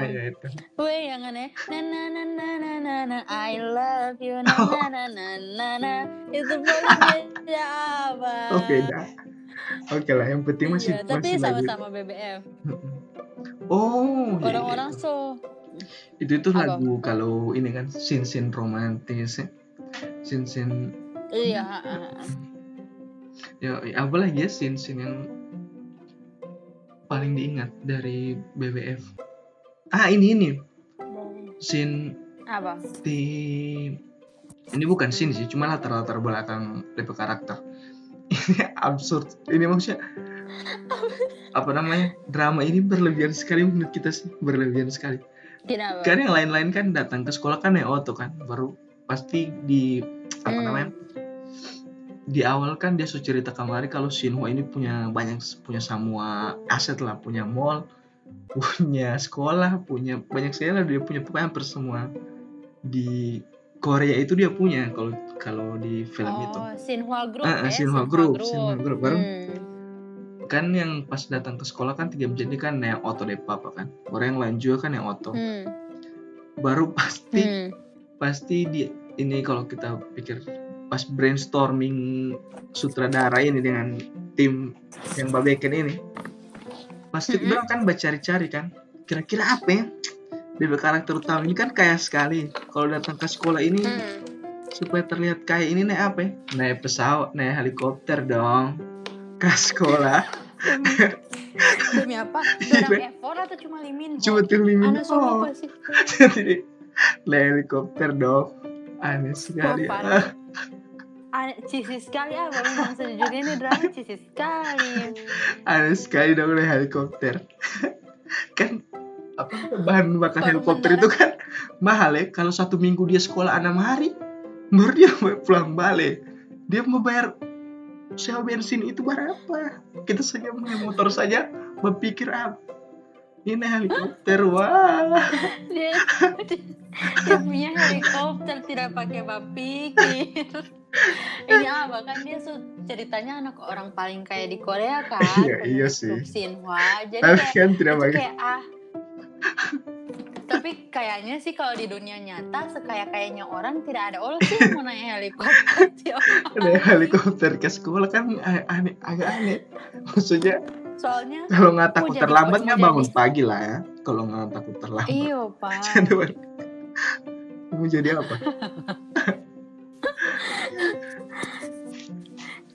Speaker 1: Ah, ya,
Speaker 2: Heeh.
Speaker 1: itu.
Speaker 2: Weh yang aneh Nana Nana Nana Nana I love you Nana Nana Nana Itu boleh beda apa
Speaker 1: Oh beda. Oke lah, yang penting masih
Speaker 2: Ah. Iya, tapi
Speaker 1: masih Iya, lagu-
Speaker 2: sama-sama BBF
Speaker 1: Oh, iya,
Speaker 2: Orang-orang so
Speaker 1: iya. itu itu
Speaker 2: apa?
Speaker 1: lagu kalau ini kan sin sin romantis, ya. sin sin
Speaker 2: Iya ha, ha, ha.
Speaker 1: ya apa lagi ya sin sin yang paling diingat dari BWF. Ah ini ini sin
Speaker 2: Apa?
Speaker 1: di ini bukan sin sih, cuma latar-latar belakang dari karakter. Ini absurd. Ini maksudnya apa namanya? Drama ini berlebihan sekali menurut kita sih, berlebihan sekali.
Speaker 2: Kenapa?
Speaker 1: kan yang lain-lain kan datang ke sekolah kan naik auto kan baru pasti di apa
Speaker 2: Hmm.
Speaker 1: namanya di awal kan dia sudah cerita kemarin kalau Sinhua ini punya banyak punya semua aset lah punya mall punya sekolah punya banyak sekali lah dia punya pokoknya hampir semua di Korea itu dia punya kalau kalau di film itu
Speaker 2: Oh, Sinhua Group
Speaker 1: Ah, ah,
Speaker 2: ya,
Speaker 1: Sinhua Group, Sinhua Group. Baru
Speaker 2: Hmm.
Speaker 1: kan yang pas datang ke sekolah kan tiga jam jadi kan naik auto deh papa kan orang yang lain juga kan naik auto
Speaker 2: Hmm.
Speaker 1: baru pasti
Speaker 2: Hmm.
Speaker 1: pasti di ini kalau kita pikir pas brainstorming sutradara ini dengan tim yang babeken ini pasti
Speaker 2: Mm-mm.
Speaker 1: orang kan bercari-cari kan kira-kira apa ya Bebek karakter utama ini kan kaya sekali kalau datang ke sekolah ini
Speaker 2: Hmm.
Speaker 1: supaya terlihat kaya ini naik apa ya naik pesawat naik helikopter dong ke sekolah
Speaker 2: Demi, demi apa? Dorang effort atau cuma limin?
Speaker 1: cuma terlimin doang
Speaker 2: Anak suruh apa sih?
Speaker 1: jadi naik helikopter dong aneh sekali
Speaker 2: Apa? Aneh, cisi sekali apa? Memang sejujurnya ini drama cisi sekali.
Speaker 1: aneh sekali dong naik helikopter kan apa bahan bakar
Speaker 2: Kalau
Speaker 1: helikopter itu kan mahal ya kalau satu minggu dia sekolah enam hari baru dia mau pulang balik dia mau bayar sewa bensin itu berapa kita saja punya motor saja berpikir apa ini helikopter wah
Speaker 2: Dia, dia punya helikopter tidak pakai bapikir. Ini apa kan dia su- ceritanya anak orang paling kaya di Korea kan?
Speaker 1: Iya, iya
Speaker 2: penulis
Speaker 1: sih.
Speaker 2: grup Sinhwa. Jadi
Speaker 1: tapi
Speaker 2: kayak
Speaker 1: kan tidak
Speaker 2: Itu
Speaker 1: bagus
Speaker 2: kayak ah tapi kayaknya sih kalau di dunia nyata sekaya kayanya orang tidak ada orang sih yang mau naik helikopter tiap hari.
Speaker 1: naik helikopter ke sekolah kan a- aneh agak aneh maksudnya
Speaker 2: soalnya
Speaker 1: kalau nggak takut
Speaker 2: Hujan,
Speaker 1: terlambat nggak
Speaker 2: hujan
Speaker 1: bangun
Speaker 2: nih.
Speaker 1: pagi lah ya kalau nggak takut terlambat
Speaker 2: iyo iya, pak
Speaker 1: Canda banget. Mau jadi apa?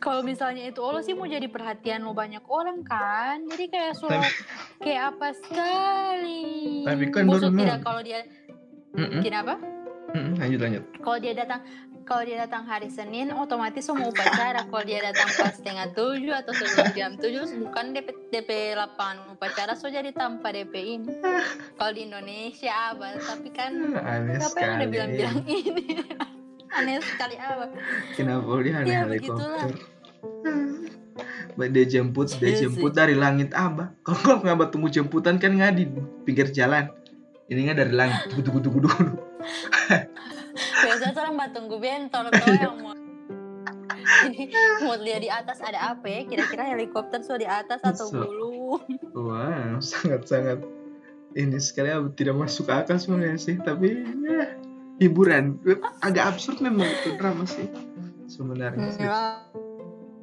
Speaker 2: kalau misalnya itu Allah sih mau jadi perhatian lo banyak orang kan jadi kayak suruh kayak apa sekali
Speaker 1: Tapi kan
Speaker 2: Busuk
Speaker 1: baru
Speaker 2: tidak
Speaker 1: nol. Hmm?
Speaker 2: kalau dia
Speaker 1: Mm-mm,
Speaker 2: kenapa
Speaker 1: mm-mm, lanjut lanjut.
Speaker 2: kalau dia datang kalau dia datang hari Senin otomatis semua upacara kalau dia datang pas setengah tujuh atau sebelum jam tujuh bukan DP DP lapangan upacara so jadi tanpa DP ini kalau di Indonesia apa tapi kan
Speaker 1: Ah, Aneh
Speaker 2: siapa yang
Speaker 1: sekali.
Speaker 2: udah bilang-bilang ini aneh sekali apa
Speaker 1: Kenapa dia aneh
Speaker 2: Ya,
Speaker 1: helikopter? Ba- Dia jemput, dia
Speaker 2: Iya
Speaker 1: jemput dari langit abah. Kalau kalau nggak abah tunggu jemputan kan nggak di pinggir jalan. Ini nggak dari langit. Tunggu tunggu tunggu tunggu.
Speaker 2: biasanya orang mbak tunggu bentol tau yang mau Ini mau lihat di atas ada apa ya kira-kira helikopter so di atas atau
Speaker 1: So.
Speaker 2: bulu
Speaker 1: Wah, sangat sangat ini sekali abah tidak masuk akal sebenarnya sih. Tapi ya hiburan. Agak absurd memang itu drama sih sebenarnya. sih.
Speaker 2: Ya.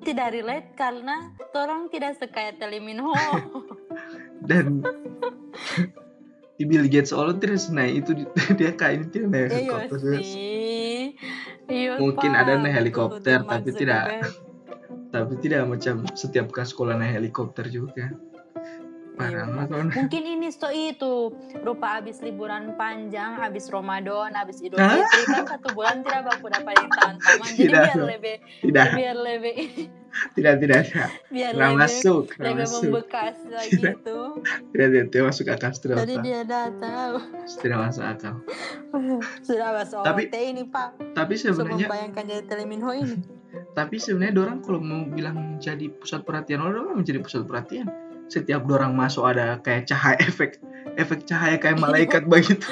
Speaker 2: Tidak relate karena orang tidak sekaya Teleminho.
Speaker 1: dan di Bill Gates all terus naik itu di- dia kayak ini dia naik
Speaker 2: Iya
Speaker 1: helikopter terus.
Speaker 2: sih. Iya,
Speaker 1: Mungkin
Speaker 2: Pak.
Speaker 1: ada naik helikopter,
Speaker 2: Betul,
Speaker 1: tapi
Speaker 2: Mark
Speaker 1: tidak-
Speaker 2: Zuckerberg.
Speaker 1: tapi tidak macam setiap ke sekolah naik helikopter juga
Speaker 2: Iya.
Speaker 1: parah amat kan
Speaker 2: Mungkin ini sto itu rupa abis liburan panjang, abis Ramadan, abis Idul
Speaker 1: Hah?
Speaker 2: Fitri kan satu bulan tidak baku dapat tantangan. Jadi
Speaker 1: Tidak.
Speaker 2: biar lebih
Speaker 1: tidak
Speaker 2: biar lebih
Speaker 1: tidak tidak tidak
Speaker 2: biar
Speaker 1: Nggak
Speaker 2: lebih
Speaker 1: masuk nggak
Speaker 2: lebih
Speaker 1: masuk
Speaker 2: membekas lagi
Speaker 1: Tidak.
Speaker 2: itu.
Speaker 1: tidak tidak tidak masuk akal tidak
Speaker 2: Jadi
Speaker 1: masuk-
Speaker 2: dia datang.
Speaker 1: tidak masuk akal
Speaker 2: Sudah masuk
Speaker 1: Tapi-
Speaker 2: OT ini Pak.
Speaker 1: tapi
Speaker 2: Sebelum
Speaker 1: sebenarnya
Speaker 2: bayangkan jadi Teleminho ini.
Speaker 1: tapi sebenarnya orang kalau mau bilang menjadi pusat perhatian orang memang menjadi pusat perhatian setiap orang masuk ada kayak cahaya efek efek cahaya kayak malaikat begitu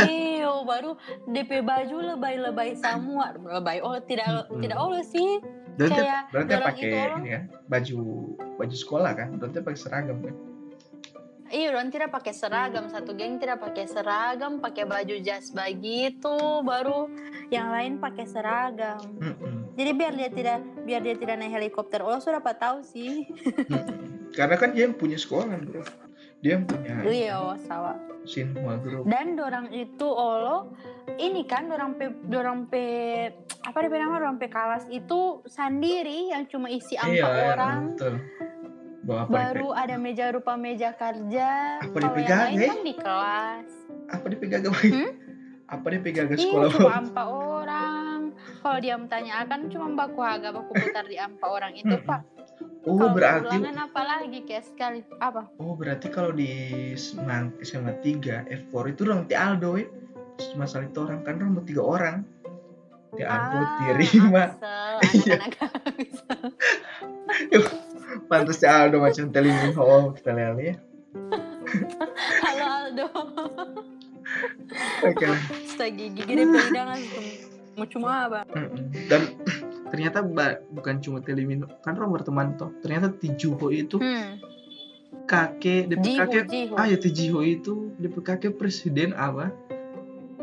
Speaker 2: Iyo Iya, baru DP baju lebay-lebay semua. Lebay oh tidak
Speaker 1: Mm-mm.
Speaker 2: tidak oh sih.
Speaker 1: dan dia-
Speaker 2: Kayak
Speaker 1: dan dia
Speaker 2: dorong
Speaker 1: pakai
Speaker 2: itu orang.
Speaker 1: ini kan baju baju sekolah kan dan dia pakai seragam kan
Speaker 2: Iya, orang tidak pakai seragam. Satu geng tidak pakai seragam, pakai baju jas begitu. Baru yang lain pakai seragam.
Speaker 1: Mm-mm.
Speaker 2: Jadi biar dia tidak biar dia tidak naik helikopter. Oh, sudah dapat tahu sih.
Speaker 1: Mm-mm. karena kan dia yang punya sekolah bro dia yang punya
Speaker 2: Iya, oh, sawa.
Speaker 1: Sinhua Group
Speaker 2: Dan dorang itu olo ini kan dorang pe dorang pe apa dia nama dorang pe kalas itu sendiri yang cuma isi
Speaker 1: Iya,
Speaker 2: angka
Speaker 1: iya,
Speaker 2: orang.
Speaker 1: betul bawa apa
Speaker 2: Baru ada meja rupa meja kerja.
Speaker 1: Apa
Speaker 2: Kalau yang
Speaker 1: dipegang,
Speaker 2: lain
Speaker 1: eh?
Speaker 2: kan di kelas.
Speaker 1: apa dipegang gak
Speaker 2: Hmm?
Speaker 1: apa dipegang ke
Speaker 2: Iya,
Speaker 1: sekolah
Speaker 2: cuma ampa orang. Kalau dia tanya akan cuma baku harga baku putar di ampa orang itu
Speaker 1: Mm-mm.
Speaker 2: pak.
Speaker 1: oh
Speaker 2: Kalau
Speaker 1: berarti
Speaker 2: ulangan apa lagi kayak sekali apa?
Speaker 1: oh berarti kalau di SMA, SMA 3 F4 itu orang ti Aldo ya Terus masalah itu orang kan orang mau tiga orang ti Aldo terima Iya.
Speaker 2: Ah, Anak-anak Axel.
Speaker 1: pantas ti Aldo macam telinga oh kita lihat ya
Speaker 2: Halo Aldo.
Speaker 1: oke lah.
Speaker 2: Setelah gigi gede
Speaker 1: Hmm.
Speaker 2: pedangan mau cuma apa?
Speaker 1: Mm-mm. dan ternyata ba- bukan cuma Telimino kan orang berteman toh ternyata Tijuho itu
Speaker 2: Hmm.
Speaker 1: kakek dia
Speaker 2: Jiho,
Speaker 1: kakek
Speaker 2: Jiho.
Speaker 1: ah ya Tijiho itu dia kakek presiden apa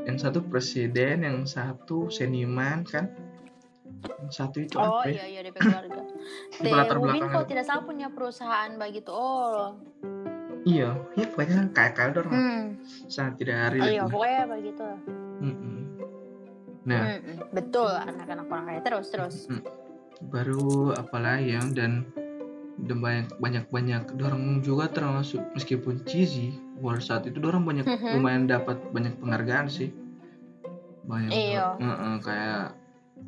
Speaker 1: yang satu presiden yang satu seniman kan yang satu itu
Speaker 2: Oh
Speaker 1: apa ya?
Speaker 2: iya iya DP keluarga. Teh
Speaker 1: latar
Speaker 2: Mubin
Speaker 1: belakangnya.
Speaker 2: kalau tidak salah punya perusahaan begitu. Oh.
Speaker 1: iya ya pokoknya kayak kaldor lah
Speaker 2: Hmm.
Speaker 1: sangat tidak hari
Speaker 2: Iya pokoknya begitu.
Speaker 1: nah
Speaker 2: Mm-mm. Betul anak-anak orang kaya terus terus.
Speaker 1: baru apalah yang dan dan banyak banyak banyak dorong juga termasuk meskipun cheesy world saat itu dorong banyak
Speaker 2: Mhm.
Speaker 1: lumayan dapat banyak penghargaan sih banyak
Speaker 2: Iya.
Speaker 1: Heeh, kayak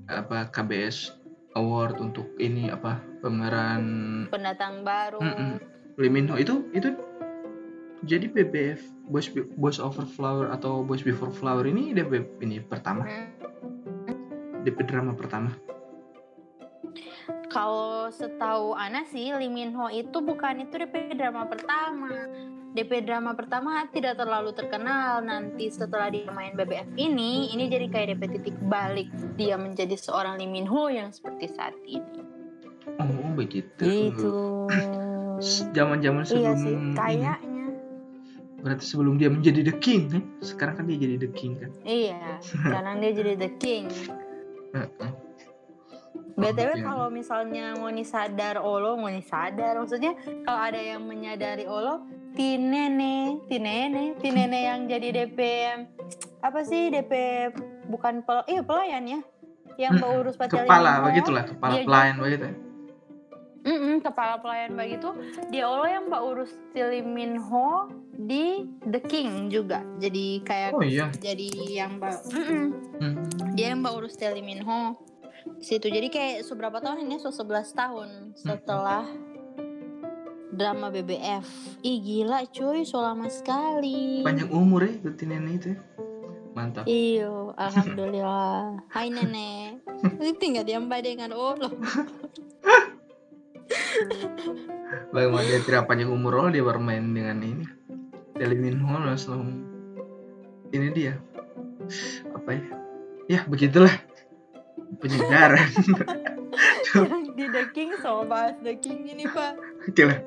Speaker 1: apa KBS award untuk ini apa pemeran
Speaker 2: Pendatang baru.
Speaker 1: Mm-mm. Liminho itu itu jadi BBF Boys Be- Boys Over Flower atau Boys Before Flower ini DP ini pertama
Speaker 2: Hmm.
Speaker 1: DP drama pertama
Speaker 2: Kalau setahu Ana sih, Lee Min Ho itu bukan itu DP drama pertama. DP drama pertama tidak terlalu terkenal. Nanti setelah dia main BBF ini, ini jadi kayak DP titik balik. Dia menjadi seorang Lee Min Ho yang seperti saat ini.
Speaker 1: oh begitu
Speaker 2: Gitu.
Speaker 1: zaman-zaman
Speaker 2: iya
Speaker 1: sebelum
Speaker 2: sih,
Speaker 1: ini.
Speaker 2: kayaknya.
Speaker 1: Berarti sebelum dia menjadi The King, kan? sekarang kan dia jadi The King kan?
Speaker 2: Iya, sekarang dia jadi The King.
Speaker 1: Heeh.
Speaker 2: BTW
Speaker 1: Iya.
Speaker 2: kalau misalnya ngoni sadar Olo, ngoni sadar maksudnya kalau ada yang menyadari Olo, Tinene, Tinene, Tinene yang jadi DP apa sih DP bukan pel, iya pelayan ya yang
Speaker 1: Mm-mm.
Speaker 2: bau urus pacar
Speaker 1: Kepala,
Speaker 2: Liminho.
Speaker 1: begitulah, kepala
Speaker 2: Iya,
Speaker 1: pelayan begitu. ya.
Speaker 2: Mm-mm, kepala pelayan begitu dia Olo yang bau urus Tiliminho di The King juga jadi kayak
Speaker 1: Oh iya.
Speaker 2: jadi yang bau Mm-mm.
Speaker 1: Hmm.
Speaker 2: dia yang baru urus Telly Minho situ jadi kayak seberapa tahun ini so 11 tahun setelah drama BBF ih gila cuy so lama sekali
Speaker 1: Panjang umur ya, itu Tinene itu ya. Mantap.
Speaker 2: Iya. iyo alhamdulillah hai nenek ini tinggal diam bae dengan Allah
Speaker 1: Bagaimana dia tidak panjang umur, oh dia bermain dengan ini. Telemin Hall langsung. Ini dia. Apa ya? Ya, begitulah. Penyegaran.
Speaker 2: di The King so bahas The King ini pak
Speaker 1: Itulah.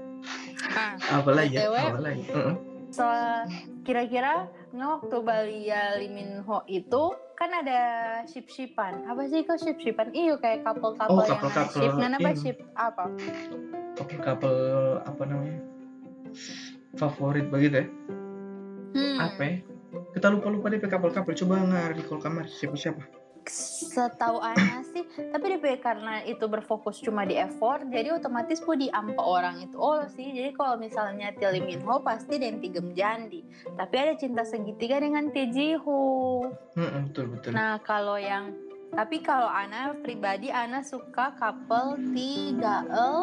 Speaker 2: nah,
Speaker 1: Apalagi ya,
Speaker 2: BTW.
Speaker 1: apalagi. Heeh.
Speaker 2: so kira-kira nggak waktu Balia Liminho itu kan ada ship-shipan apa sih kok ship-shipan iyo kayak couple-couple
Speaker 1: Oh,
Speaker 2: yang ada
Speaker 1: couple-couple,
Speaker 2: ship nggak apa
Speaker 1: iya.
Speaker 2: ship apa
Speaker 1: Couple-couple apa namanya? Favorit begitu ya.
Speaker 2: Hmm.
Speaker 1: apa ya? Kita lupa lupa deh couple couple coba ngar di call kamar siapa siapa.
Speaker 2: setahu Ana sih tapi DP karena itu berfokus cuma di F4 jadi otomatis pun diampa orang itu all sih jadi kalau misalnya Tia Lim Min Ho pasti dan Tigem Jandi tapi ada cinta segitiga dengan Tae Ji Ho
Speaker 1: Mm-mm, Hmm, betul betul.
Speaker 2: nah kalau yang tapi kalau Ana pribadi Ana suka couple 3L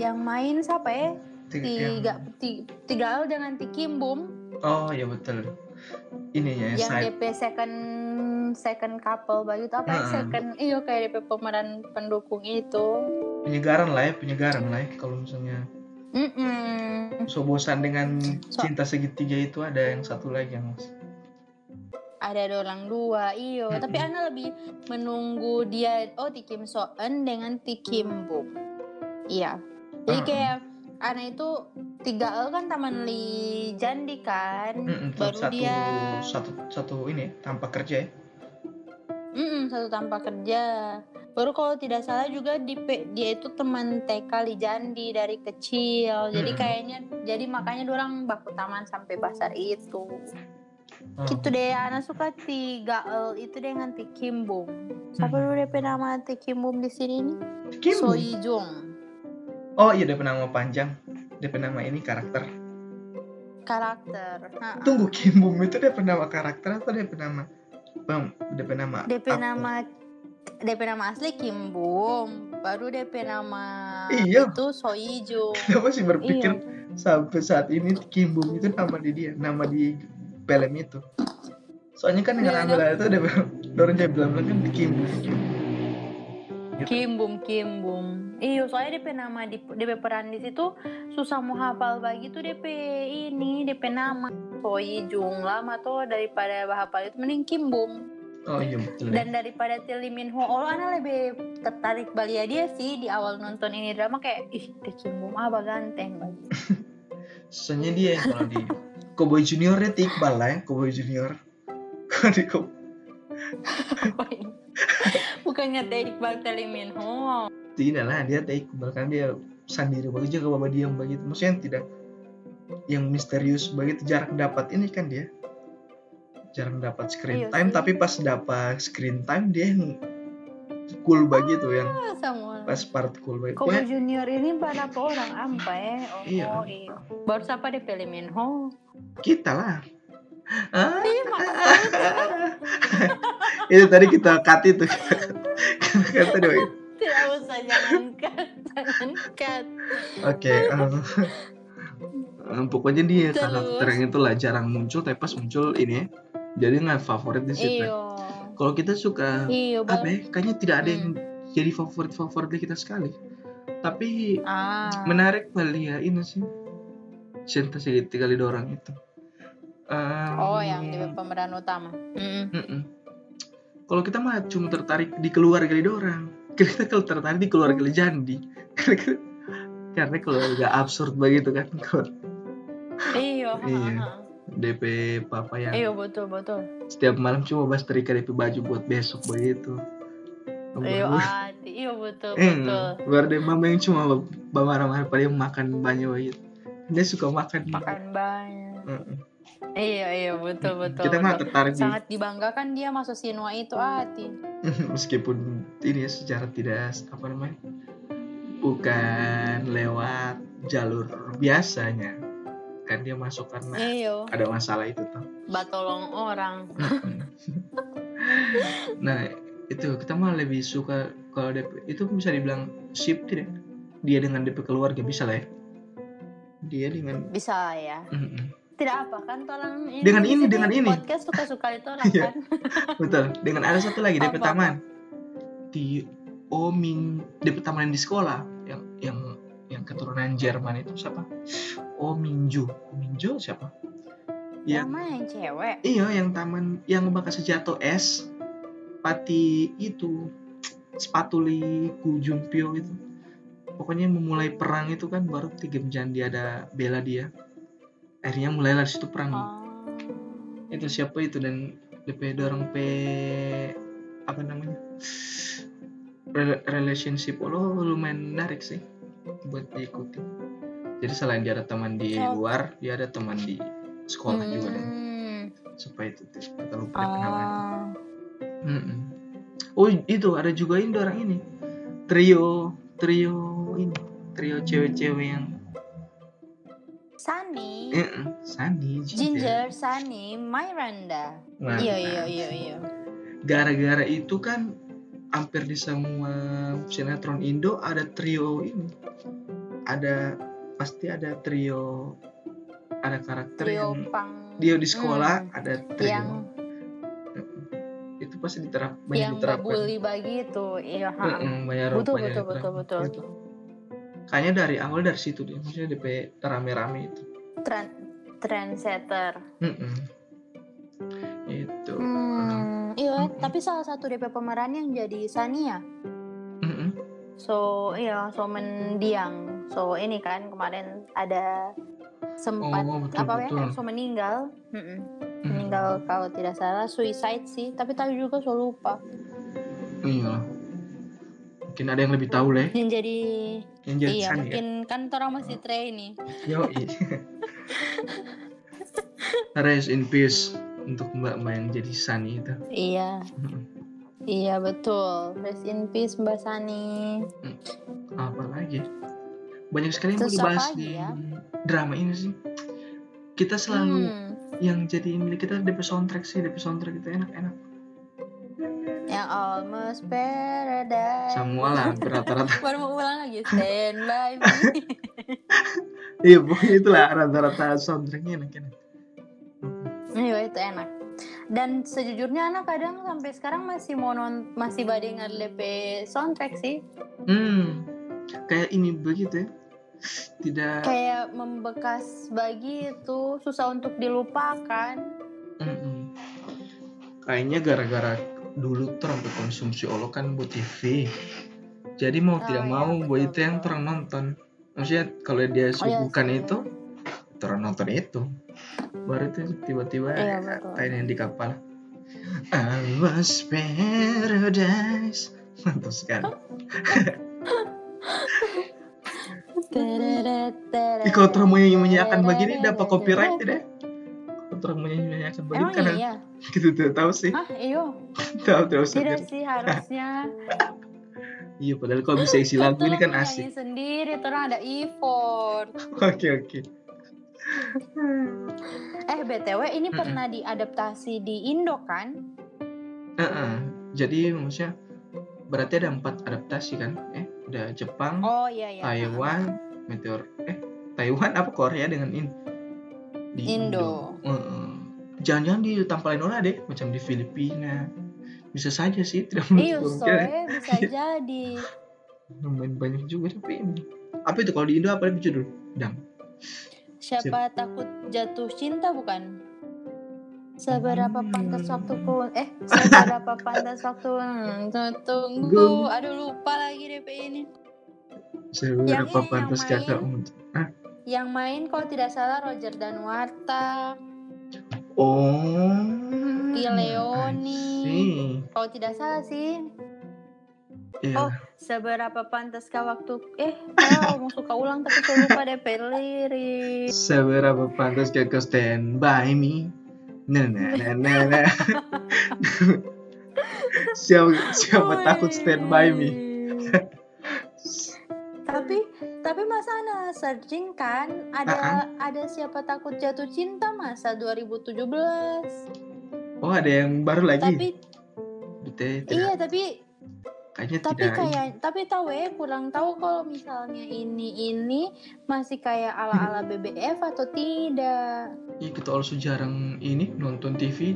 Speaker 2: yang main siapa ya
Speaker 1: Tiga-
Speaker 2: tiga ti- 3L dengan Ti Kim Bum
Speaker 1: Oh ya betul. Ini ya
Speaker 2: yang
Speaker 1: side.
Speaker 2: DP second second couple baju itu apa ya?
Speaker 1: Mm-mm.
Speaker 2: second iyo kayak DP pemeran pendukung itu
Speaker 1: penyegaran lah ya penyegaran lah ya kalau misalnya
Speaker 2: Mm-mm.
Speaker 1: so bosan dengan
Speaker 2: So-
Speaker 1: cinta segitiga itu ada yang satu lagi yang masih
Speaker 2: Ada dolang dua, iyo.
Speaker 1: Mm-mm.
Speaker 2: Tapi Ana lebih menunggu dia, oh Ti Kim So Eun dengan Ti Kim Buk. Iya. Jadi
Speaker 1: Mm-mm.
Speaker 2: kayak Ana itu tiga L kan Taman Li Jandi kan,
Speaker 1: Mm-mm, tetap
Speaker 2: baru
Speaker 1: Hmm, satu,
Speaker 2: dia
Speaker 1: satu satu ini ya, tanpa kerja ya
Speaker 2: Mm-mm, satu tanpa kerja. Baru kalau tidak salah juga di, dia itu teman TK Li Jandi dari kecil. Jadi
Speaker 1: Mm-mm.
Speaker 2: kayaknya, jadi makanya dorang baku taman sampai pasar itu.
Speaker 1: Oh,
Speaker 2: Gitu deh, Ana suka tiga L itu dengan Tikimbum. Siapa
Speaker 1: Hmm.
Speaker 2: dulu DP nama Tikimbum di sini nih?
Speaker 1: Kim.
Speaker 2: Soyijung.
Speaker 1: oh iya DP nama panjang DP nama ini karakter
Speaker 2: Karakter. Ha.
Speaker 1: tunggu Kim Bum itu DP nama karakter atau DP nama bang DP nama
Speaker 2: DP
Speaker 1: aktor?
Speaker 2: nama DP nama asli Kimbum. Baru DP nama
Speaker 1: Iya.
Speaker 2: itu Soyijung.
Speaker 1: Kenapa sih berpikir
Speaker 2: Iya.
Speaker 1: sampai saat ini Kim Bum itu nama di dia nama di film itu soalnya kan yang
Speaker 2: Iya,
Speaker 1: ambil itu DP Doron jadi bilang kan Kim Bum Gitu.
Speaker 2: Kimbum, Kimbum. Iya, soalnya DP nama di DP peran di situ susah mau hafal bagi tuh DP ini, DP nama. Soyijung lama tuh daripada hafal itu mending Kimbum.
Speaker 1: oh iya betul ya.
Speaker 2: dan daripada Tilly Min Ho oh, Ana lebih tertarik balia dia sih di awal nonton ini drama kayak ih Tekimbum apa ganteng bagi
Speaker 1: Soalnya dia yang kalau di Cowboy Juniornya itu Iqbal lah ya, Cowboy Junior. Kalau di Cow-
Speaker 2: bukannya Teh Iqbal Tilly Min Ho
Speaker 1: tidak lah dia teh Iqbal kan dia sendiri begitu ke bapak diam begitu. Maksudnya yang tidak yang misterius begitu jarang dapat ini kan dia jarang dapat screen
Speaker 2: Iya
Speaker 1: time
Speaker 2: sih.
Speaker 1: tapi pas dapat screen time dia yang cool begitu yang
Speaker 2: Ah, semua
Speaker 1: pas part cool Ya, begitu.
Speaker 2: Kobo
Speaker 1: Pokoknya
Speaker 2: Junior ini berapa orang apa ya oh,
Speaker 1: Iya.
Speaker 2: oh, iya baru siapa di Tilly Min Ho
Speaker 1: kita lah. Ah,
Speaker 2: iya makanya
Speaker 1: itu tadi kita cut itu. kita cut tadi. Oke.
Speaker 2: tidak usah jangan cut jangan cut
Speaker 1: em. Em, pokoknya dia
Speaker 2: Terus?
Speaker 1: karakter yang itulah jarang muncul tapi pas muncul ini ya, jadi nggak favorit di situ.
Speaker 2: iyo
Speaker 1: Kalau kita suka
Speaker 2: iyo
Speaker 1: apa
Speaker 2: baru
Speaker 1: ya, kayaknya tidak ada yang
Speaker 2: Hmm.
Speaker 1: jadi favorit favorit kita sekali. Tapi
Speaker 2: ah
Speaker 1: menarik kali ya ini sih. Cinta segitiga lidah orang itu. Em,
Speaker 2: oh yang di pemeran utama Mm-mm.
Speaker 1: mm-mm. Kalau kita mah cuma tertarik di keluarga lidah orang. Kita kalau tertarik di keluarga lidah jandi. Karena- Karena keluarga absurd begitu kan. Kalau
Speaker 2: Iya. ha,
Speaker 1: Iya.
Speaker 2: ha.
Speaker 1: DP papa yang
Speaker 2: Iya betul betul.
Speaker 1: setiap malam cuma bahas terikat DP baju buat besok begitu.
Speaker 2: Iya
Speaker 1: Baru-
Speaker 2: hati. Iya betul
Speaker 1: eh,
Speaker 2: betul.
Speaker 1: baru deh mama yang cuma marah-marah paling makan banyak begitu. Dia suka makan.
Speaker 2: Makan banyak.
Speaker 1: Mm-mm.
Speaker 2: Iya iya betul betul.
Speaker 1: Kita mah
Speaker 2: betul.
Speaker 1: tertarik di,
Speaker 2: Sangat dibanggakan dia masuk Sinwa itu hati.
Speaker 1: Nah. meskipun ini ya secara tidak apa namanya bukan lewat jalur biasanya kan dia masuk karena
Speaker 2: Iya.
Speaker 1: ada masalah itu tuh.
Speaker 2: Batolong orang.
Speaker 1: Nah itu kita mah lebih suka kalau DP itu bisa dibilang ship tidak? Dia dengan DP keluarga bisa lah ya. Dia dengan
Speaker 2: Bisa ya.
Speaker 1: Mm-mm.
Speaker 2: Tidak apa kan tolong ini.
Speaker 1: Dengan ini,
Speaker 2: Jadi
Speaker 1: dengan ini.
Speaker 2: Podcast suka suka itu orang
Speaker 1: Iya.
Speaker 2: kan.
Speaker 1: betul. Dengan ada satu lagi DP
Speaker 2: Apa?
Speaker 1: taman. Di Oming DP taman yang di sekolah yang yang yang keturunan Jerman itu siapa? Ominjo. Ominjo siapa? Yang
Speaker 2: Sama yang cewek.
Speaker 1: Iya, yang taman yang bakal sejatuh es pati itu spatuli Ku Jumpio itu. Pokoknya memulai perang itu kan baru tiga jam dia ada bela dia. Akhirnya mulailah di situ perang.
Speaker 2: Oh.
Speaker 1: Itu siapa itu dan DP dorong P apa namanya? Rel- relationship lo lumayan menarik sih buat diikuti. Jadi selain dia ada teman di
Speaker 2: Oh.
Speaker 1: luar, dia ada teman di sekolah juga dan
Speaker 2: Hmm.
Speaker 1: supaya itu tuh, kita lupa
Speaker 2: Oh.
Speaker 1: kenangan. Mm-mm. Oh itu ada juga ini orang ini trio trio ini trio cewek-cewek yang
Speaker 2: Sunny,
Speaker 1: eh, eh, Sunny Ginger.
Speaker 2: Ginger, Sunny, Myranda.
Speaker 1: Nah,
Speaker 2: Iya iya iya iya.
Speaker 1: Gara-gara itu kan hampir di semua sinetron Indo ada trio ini. Ada pasti ada trio ada karakter yang
Speaker 2: Trio pang.
Speaker 1: ya. dia di sekolah
Speaker 2: Hmm,
Speaker 1: ada trio
Speaker 2: yang
Speaker 1: itu pasti diterap banyak
Speaker 2: yang
Speaker 1: diterapkan.
Speaker 2: babuli begitu, iya. ha.
Speaker 1: Mm-mm, banyak
Speaker 2: Betul
Speaker 1: banyak
Speaker 2: betul betul
Speaker 1: diterapkan.
Speaker 2: betul.
Speaker 1: Itu. Kayaknya dari awal dari situ dia maksudnya DP rame-rame itu.
Speaker 2: Tren trendsetter.
Speaker 1: Mm-mm. Itu.
Speaker 2: Hmm, iya,
Speaker 1: Mm-mm.
Speaker 2: tapi salah satu DP pemeran yang jadi Sania. Hmm.
Speaker 1: Mm-mm.
Speaker 2: So, iya, so mendiang. So, ini kan kemarin ada sempat
Speaker 1: Oh, betul,
Speaker 2: apa
Speaker 1: betul.
Speaker 2: ya? So meninggal. Mm-mm.
Speaker 1: Mm.
Speaker 2: Meninggal kalau tidak salah suicide sih, tapi tadi juga so lupa.
Speaker 1: Iya. Mungkin ada yang lebih tahu lah ya,
Speaker 2: Yang jadi
Speaker 1: yang jadi
Speaker 2: iya,
Speaker 1: Sunny ya.
Speaker 2: mungkin kan orang masih trainee.
Speaker 1: Yoi. Rest in peace untuk Mbak Mbak yang jadi Sunny itu.
Speaker 2: Iya.
Speaker 1: Mm-mm.
Speaker 2: Iya, betul. Rest in peace Mbak Sani.
Speaker 1: Apa lagi? Banyak sekali yang mau
Speaker 2: Terus apa
Speaker 1: dibahas
Speaker 2: lagi
Speaker 1: di
Speaker 2: ya?
Speaker 1: drama ini sih. Kita selalu
Speaker 2: Hmm.
Speaker 1: yang jadi milik kita DP soundtrack sih, DP soundtrack itu enak-enak.
Speaker 2: Yang almost paradise.
Speaker 1: Semua lah, rata-rata.
Speaker 2: Baru mau ulang lagi. Stand by me.
Speaker 1: Iya, pokoknya itulah rata-rata soundtracknya enak-enak.
Speaker 2: Iya itu enak. Dan sejujurnya anak kadang sampai sekarang masih mau non- masih badai dengar LP soundtrack sih.
Speaker 1: Hmm, kayak ini begitu ya. Tidak
Speaker 2: Kayak membekas bagi itu susah untuk dilupakan.
Speaker 1: Mm-mm. Kayaknya gara-gara dulu tuh sampai konsumsi Allah kan buat TV. Jadi mau
Speaker 2: Oh,
Speaker 1: tidak
Speaker 2: iya,
Speaker 1: mau
Speaker 2: betul,
Speaker 1: buat itu yang
Speaker 2: betul. Oh, iya,
Speaker 1: terang nonton. Maksudnya kalau dia suguhkan
Speaker 2: sih.
Speaker 1: itu terang nonton itu. Baru itu tiba-tiba
Speaker 2: Iya,
Speaker 1: ada
Speaker 2: betul.
Speaker 1: tayang di kapal. I was paradise. Mantap sekali.
Speaker 2: Oh,
Speaker 1: Ih, kalau terang
Speaker 2: iya,
Speaker 1: menyanyikan begini dapat copyright tidak? Kalau terang menyanyikan begini
Speaker 2: Emang
Speaker 1: karena
Speaker 2: iya?
Speaker 1: kita tidak tahu sih.
Speaker 2: Hah, iyo.
Speaker 1: Tahu tahu sendiri.
Speaker 2: Tidak sih harusnya.
Speaker 1: Iya padahal kalau bisa isi lagu ini kan
Speaker 2: Terus
Speaker 1: asik.
Speaker 2: nyanyi sendiri, terus ada effort.
Speaker 1: Oke oke.
Speaker 2: Eh, BTW ini
Speaker 1: Mm-mm.
Speaker 2: pernah diadaptasi di Indo kan?
Speaker 1: Heeh. Jadi maksudnya berarti ada empat adaptasi kan? Eh ada Jepang,
Speaker 2: Oh iya iya.
Speaker 1: Taiwan, Meteor. Eh Taiwan apa Korea dengan in? Di
Speaker 2: Indo.
Speaker 1: Heeh. Jangan-jangan di tempat lain orang deh, macam di Filipina. Bisa saja sih, tidak
Speaker 2: Iya,
Speaker 1: menutup kemungkinan.
Speaker 2: soalnya bisa jadi.
Speaker 1: Lumayan banyak juga tapi ini. Apa itu kalau di Indo apa lebih judul? Dam.
Speaker 2: Siapa takut jatuh cinta bukan? Seberapa
Speaker 1: Hmm.
Speaker 2: pantas waktu pun eh seberapa pantas waktu hmm, tunggu.
Speaker 1: Gum.
Speaker 2: Aduh lupa lagi DP ini.
Speaker 1: Saya
Speaker 2: ini, yang
Speaker 1: pantas
Speaker 2: main.
Speaker 1: jatah untuk. Hah?
Speaker 2: Yang main kalau tidak salah Roger Danuarta,
Speaker 1: Oh.
Speaker 2: Iya, Leoni.
Speaker 1: I see.
Speaker 2: kalau tidak salah sih
Speaker 1: Iya.
Speaker 2: Oh. seberapa pantaskah waktu eh saya mau suka ulang tapi saya lupa DP lirik.
Speaker 1: Seberapa pantas kau stand by me? Na na na na na. siapa siapa takut stand by me?
Speaker 2: Wih. tapi tapi mas Ana searching kan ada ada siapa takut jatuh cinta masa 2017
Speaker 1: Oh ada yang baru lagi.
Speaker 2: tapi
Speaker 1: Bete,
Speaker 2: iya
Speaker 1: tidak,
Speaker 2: tapi
Speaker 1: kayaknya
Speaker 2: tapi
Speaker 1: tidak.
Speaker 2: kayak tapi tahu ya kurang tahu kalau misalnya ini ini masih kayak ala ala BBF atau tidak
Speaker 1: Iya kita also jarang ini nonton TV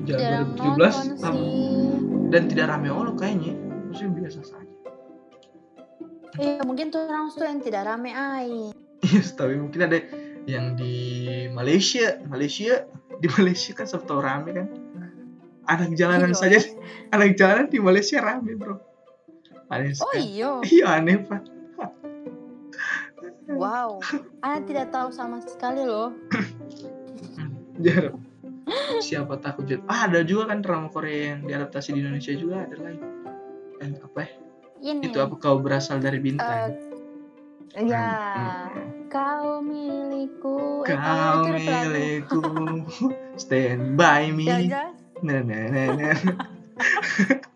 Speaker 1: jarang
Speaker 2: jarang nonton
Speaker 1: 2017 tam-
Speaker 2: kan sih
Speaker 1: dan tidak rame olo kayaknya. Maksudnya biasa saja.
Speaker 2: iya mungkin tuh orang tuh yang tidak rame ai
Speaker 1: Yes, tapi mungkin ada yang di Malaysia, Malaysia di Malaysia kan sabtu rame kan. Anak jalanan
Speaker 2: Iya.
Speaker 1: saja, anak jalanan di Malaysia rame bro. Aneh
Speaker 2: oh
Speaker 1: sekali.
Speaker 2: iyo
Speaker 1: Iya aneh pak.
Speaker 2: wow Ana tidak tahu sama sekali loh
Speaker 1: Jarang. Siapa takut jatuh? Ah ada juga kan drama Korea yang diadaptasi di Indonesia juga ada lagi. Eh, apa ya?
Speaker 2: ini
Speaker 1: Itu apa kau berasal dari
Speaker 2: Hmm. eh,
Speaker 1: bintang?
Speaker 2: ya
Speaker 1: Hmm.
Speaker 2: Kau milikku.
Speaker 1: Kau
Speaker 2: Eh, itu udah terlalu-
Speaker 1: milikku, stand by me.
Speaker 2: Jangan-jangan
Speaker 1: Na, na, na, na.